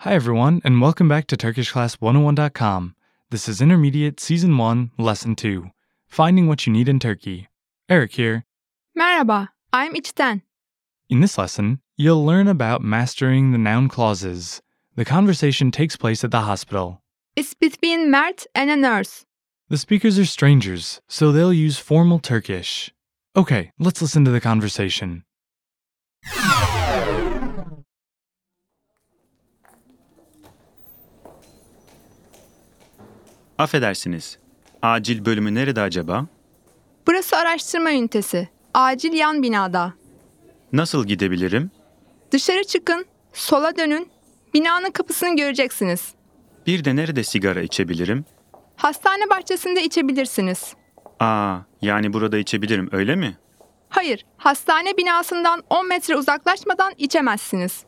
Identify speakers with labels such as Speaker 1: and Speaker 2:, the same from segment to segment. Speaker 1: Hi, everyone, and welcome back to TurkishClass101.com. This is Intermediate Season 1, Lesson 2 Finding What You Need in Turkey. Eric here.
Speaker 2: Merhaba, I'm İçten.
Speaker 1: In this lesson, you'll learn about mastering the noun clauses. The conversation takes place at the hospital.
Speaker 2: It's between Mert and a nurse.
Speaker 1: The speakers are strangers, so they'll use formal Turkish. Okay, let's listen to the conversation.
Speaker 3: Affedersiniz. Acil bölümü nerede acaba?
Speaker 2: Burası araştırma ünitesi. Acil yan binada.
Speaker 3: Nasıl gidebilirim?
Speaker 2: Dışarı çıkın, sola dönün. Binanın kapısını göreceksiniz.
Speaker 3: Bir de nerede sigara içebilirim?
Speaker 2: Hastane bahçesinde içebilirsiniz.
Speaker 3: Aa, yani burada içebilirim öyle mi?
Speaker 2: Hayır, hastane binasından 10 metre uzaklaşmadan içemezsiniz.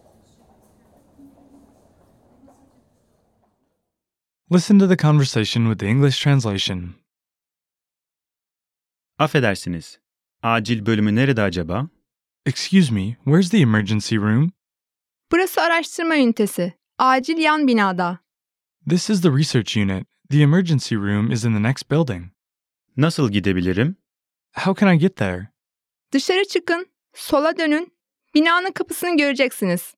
Speaker 1: Listen to the conversation with the English translation.
Speaker 3: Affedersiniz. Acil bölümü nerede acaba?
Speaker 1: Excuse me, where's the emergency room?
Speaker 2: Burası araştırma ünitesi. Acil yan binada.
Speaker 1: This is the research unit. The emergency room is in the next building.
Speaker 3: Nasıl gidebilirim?
Speaker 1: How can I get there?
Speaker 2: Dışarı çıkın, sola dönün. Binanın kapısını göreceksiniz.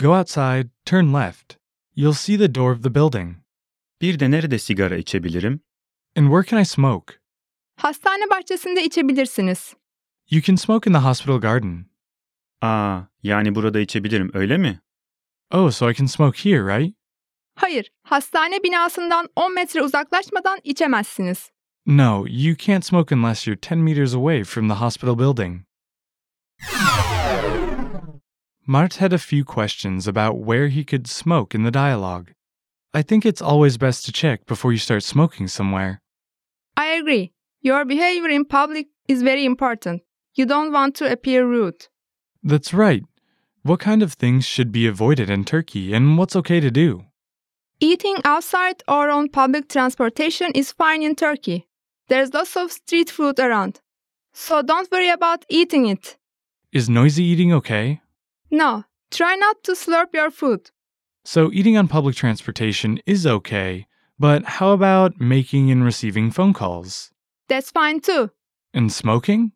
Speaker 1: Go outside, turn left. You'll see the door of the building.
Speaker 3: Bir de nerede sigara içebilirim?
Speaker 1: And where can I smoke?
Speaker 2: Hastane bahçesinde içebilirsiniz.
Speaker 1: You can smoke in the hospital garden.
Speaker 3: Aa, yani burada içebilirim öyle mi?
Speaker 1: Oh, so I can smoke here, right?
Speaker 2: Hayır, hastane binasından 10 metre uzaklaşmadan içemezsiniz.
Speaker 1: No, you can't smoke unless you're 10 meters away from the hospital building. Mart had a few questions about where he could smoke in the dialogue. I think it's always best to check before you start smoking somewhere.
Speaker 2: I agree. Your behavior in public is very important. You don't want to appear rude.
Speaker 1: That's right. What kind of things should be avoided in Turkey and what's okay to do?
Speaker 2: Eating outside or on public transportation is fine in Turkey. There's lots of street food around. So don't worry about eating it.
Speaker 1: Is noisy eating okay?
Speaker 2: No, try not to slurp your food.
Speaker 1: So, eating on public transportation is okay, but how about making and receiving phone calls?
Speaker 2: That's fine too.
Speaker 1: And smoking?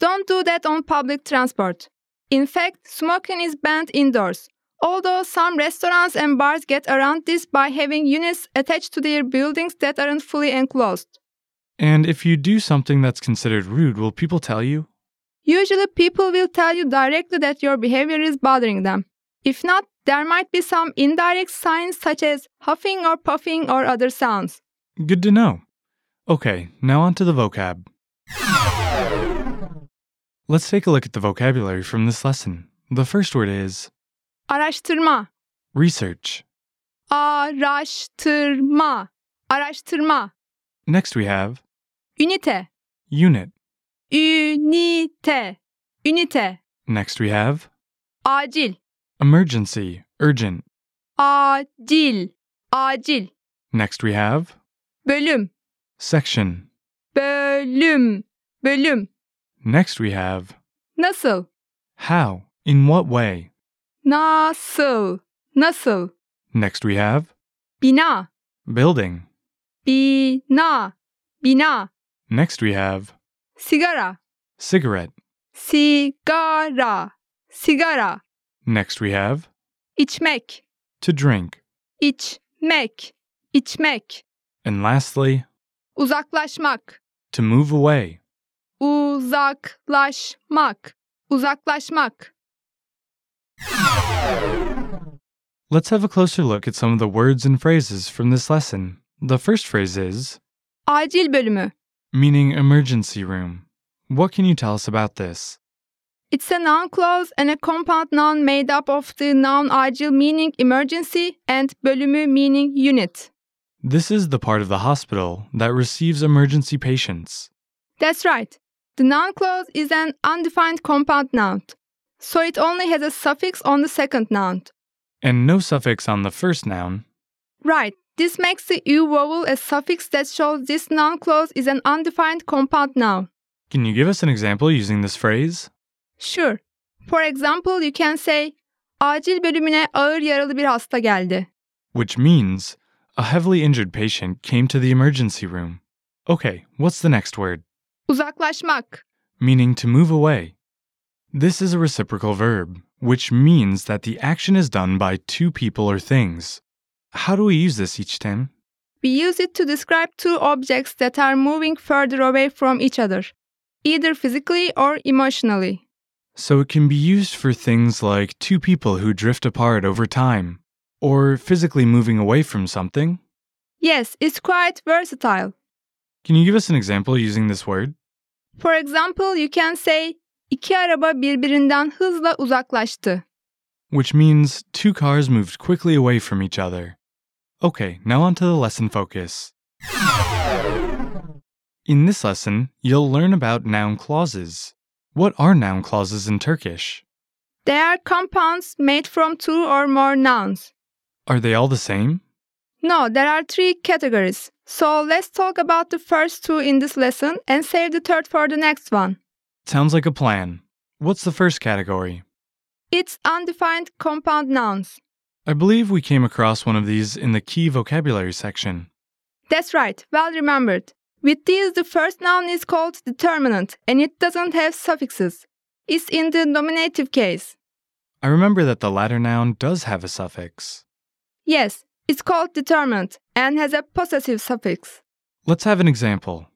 Speaker 2: Don't do that on public transport. In fact, smoking is banned indoors. Although some restaurants and bars get around this by having units attached to their buildings that aren't fully enclosed.
Speaker 1: And if you do something that's considered rude, will people tell you?
Speaker 2: Usually, people will tell you directly that your behavior is bothering them. If not, there might be some indirect signs such as huffing or puffing or other sounds.
Speaker 1: Good to know. Okay, now on to the vocab. Let's take a look at the vocabulary from this lesson. The first word is
Speaker 2: Araştırma,
Speaker 1: research.
Speaker 2: araştırma, araştırma,
Speaker 1: Next we have
Speaker 2: ünite,
Speaker 1: unit.
Speaker 2: ünite, ünite,
Speaker 1: Next we have
Speaker 2: acil,
Speaker 1: emergency, urgent.
Speaker 2: acil, acil,
Speaker 1: Next we have
Speaker 2: bölüm,
Speaker 1: section.
Speaker 2: bölüm, bölüm,
Speaker 1: Next we have
Speaker 2: nasıl,
Speaker 1: how, in what way.
Speaker 2: nasıl, nasıl,
Speaker 1: Next we have
Speaker 2: bina,
Speaker 1: building.
Speaker 2: bina, bina,
Speaker 1: Next we have
Speaker 2: sigara,
Speaker 1: cigarette.
Speaker 2: sigara, sigara,
Speaker 1: Next we have
Speaker 2: içmek,
Speaker 1: to drink.
Speaker 2: içmek, içmek,
Speaker 1: And lastly,
Speaker 2: uzaklaşmak,
Speaker 1: to move away.
Speaker 2: uzaklaşmak, uzaklaşmak.
Speaker 1: Let's have a closer look at some of the words and phrases from this lesson. The first phrase is
Speaker 2: Acil bölümü.
Speaker 1: meaning emergency room. What can you tell us about this?
Speaker 2: It's a noun clause and a compound noun made up of the noun acil meaning emergency and bölümü meaning unit.
Speaker 1: This is the part of the hospital that receives emergency patients.
Speaker 2: That's right. The noun clause is an undefined compound noun. So it only has a suffix on the second noun.
Speaker 1: And no suffix on the first noun.
Speaker 2: Right. This makes the u vowel a suffix that shows this noun clause is an undefined compound noun.
Speaker 1: Can you give us an example using this phrase?
Speaker 2: Sure. For example, you can say acil bölümüne ağır yaralı bir hasta geldi.
Speaker 1: Which means a heavily injured patient came to the emergency room. Okay, what's the next word?
Speaker 2: Uzaklaşmak.
Speaker 1: meaning to move away. This is a reciprocal verb, which means that the action is done by two people or things. How do we use this each time?
Speaker 2: We use it to describe two objects that are moving further away from each other, either physically or emotionally.
Speaker 1: So it can be used for things like two people who drift apart over time, or physically moving away from something.
Speaker 2: Yes, it's quite versatile.
Speaker 1: Can you give us an example using this word?
Speaker 2: For example, you can say iki araba birbirinden hızla uzaklaştı.
Speaker 1: Which means two cars moved quickly away from each other. Okay, now on to the lesson focus. In this lesson, you'll learn about noun clauses. What are noun clauses in Turkish?
Speaker 2: They are compounds made from two or more nouns.
Speaker 1: Are they all the same?
Speaker 2: No, there are three categories. So let's talk about the first two in this lesson and save the third for the next one.
Speaker 1: Sounds like a plan. What's the first category?
Speaker 2: It's undefined compound nouns.
Speaker 1: I believe we came across one of these in the key vocabulary section.
Speaker 2: That's right, well remembered. With these, the first noun is called determinant and it doesn't have suffixes. It's in the nominative case.
Speaker 1: I remember that the latter noun does have a suffix.
Speaker 2: Yes, it's called determinant and has a possessive suffix.
Speaker 1: Let's have an example.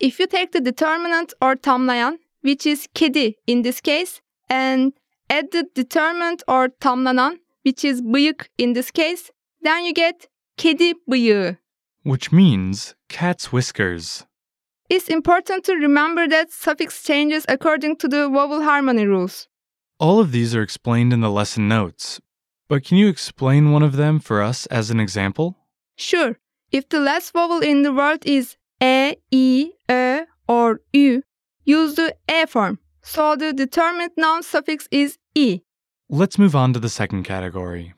Speaker 2: If you take the determinant or tamlayan, which is kedi in this case, and add the determinant or tamlanan, which is bıyık in this case, then you get kedi bıyığı.
Speaker 1: Which means cat's whiskers.
Speaker 2: It's important to remember that suffix changes according to the vowel harmony rules.
Speaker 1: All of these are explained in the lesson notes, but can you explain one of them for us as an example?
Speaker 2: Sure, if the last vowel in the word is e, i, ö, or ü, use the e form. So the determinant noun suffix is E. i.
Speaker 1: Let's move on to the second category.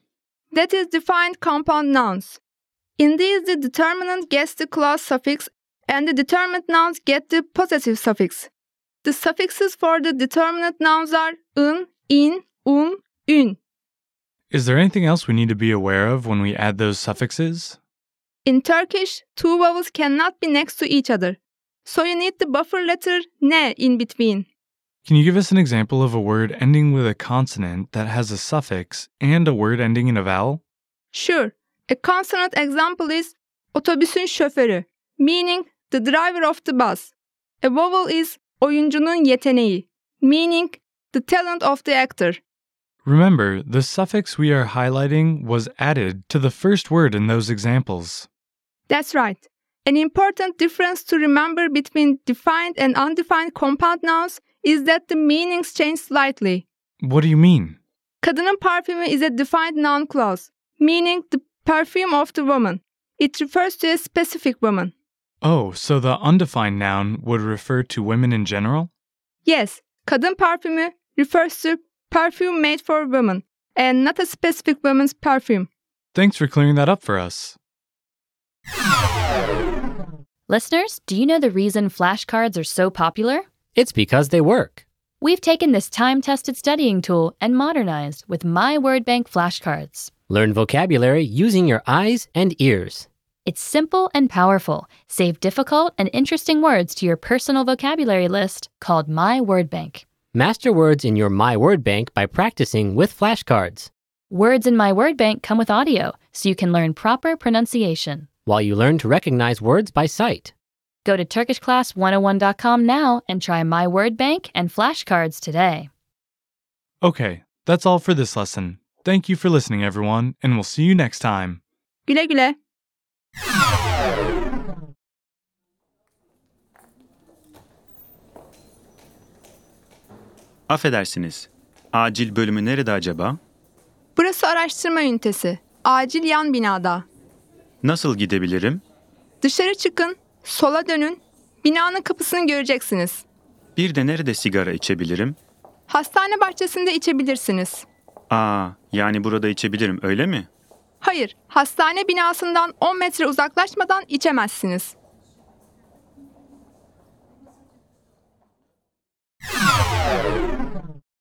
Speaker 2: that is defined compound nouns. In these, the determinant gets the clause suffix and the determinant nouns get the possessive suffix. The suffixes for the determinant nouns are ın, in, um, un, ün.
Speaker 1: Is there anything else we need to be aware of when we add those suffixes?
Speaker 2: In Turkish, two vowels cannot be next to each other. So you need the buffer letter ne in between.
Speaker 1: Can you give us an example of a word ending with a consonant that has a suffix and a word ending in a vowel?
Speaker 2: Sure, a consonant example is otobüsün şoförü, meaning the driver of the bus. A vowel is oyuncunun yeteneği, meaning the talent of the actor.
Speaker 1: Remember, the suffix we are highlighting was added to the first word in those examples.
Speaker 2: That's right. An important difference to remember between defined and undefined compound nouns is that the meanings change slightly.
Speaker 1: What do you mean?
Speaker 2: Kadının parfümü is a defined noun clause, meaning the perfume of the woman. It refers to a specific woman.
Speaker 1: Oh, so the undefined noun would refer to women in general?
Speaker 2: Yes, kadın parfümü refers to perfume made for women and not a specific woman's perfume.
Speaker 1: Thanks for clearing that up for us.
Speaker 4: Listeners, do you know the reason flashcards are so popular?
Speaker 5: It's because they work.
Speaker 4: We've taken this time tested studying tool and modernized with My Word Bank flashcards.
Speaker 5: Learn vocabulary using your eyes and ears.
Speaker 4: It's simple and powerful. Save difficult and interesting words to your personal vocabulary list called My Word Bank.
Speaker 5: Master words in your My Word Bank by practicing with flashcards.
Speaker 4: Words in My Word Bank come with audio, so you can learn proper pronunciation.
Speaker 5: While you learn to recognize words by sight,
Speaker 4: Go to TurkishClass101.com now and try My Word Bank and flashcards today.
Speaker 1: Okay, that's all for this lesson. Thank you for listening, everyone, and we'll see you next time.
Speaker 2: Güle güle.
Speaker 3: Affedersiniz. Acil bölümü nerede acaba?
Speaker 2: Burası araştırma ünitesi. Acil yan binada.
Speaker 3: Nasıl gidebilirim?
Speaker 2: Dışarı çıkın, sola dönün. Binanın kapısını göreceksiniz.
Speaker 3: Bir de nerede sigara içebilirim?
Speaker 2: Hastane bahçesinde içebilirsiniz.
Speaker 3: Aa, yani burada içebilirim öyle mi?
Speaker 2: Hayır, hastane binasından 10 metre uzaklaşmadan içemezsiniz.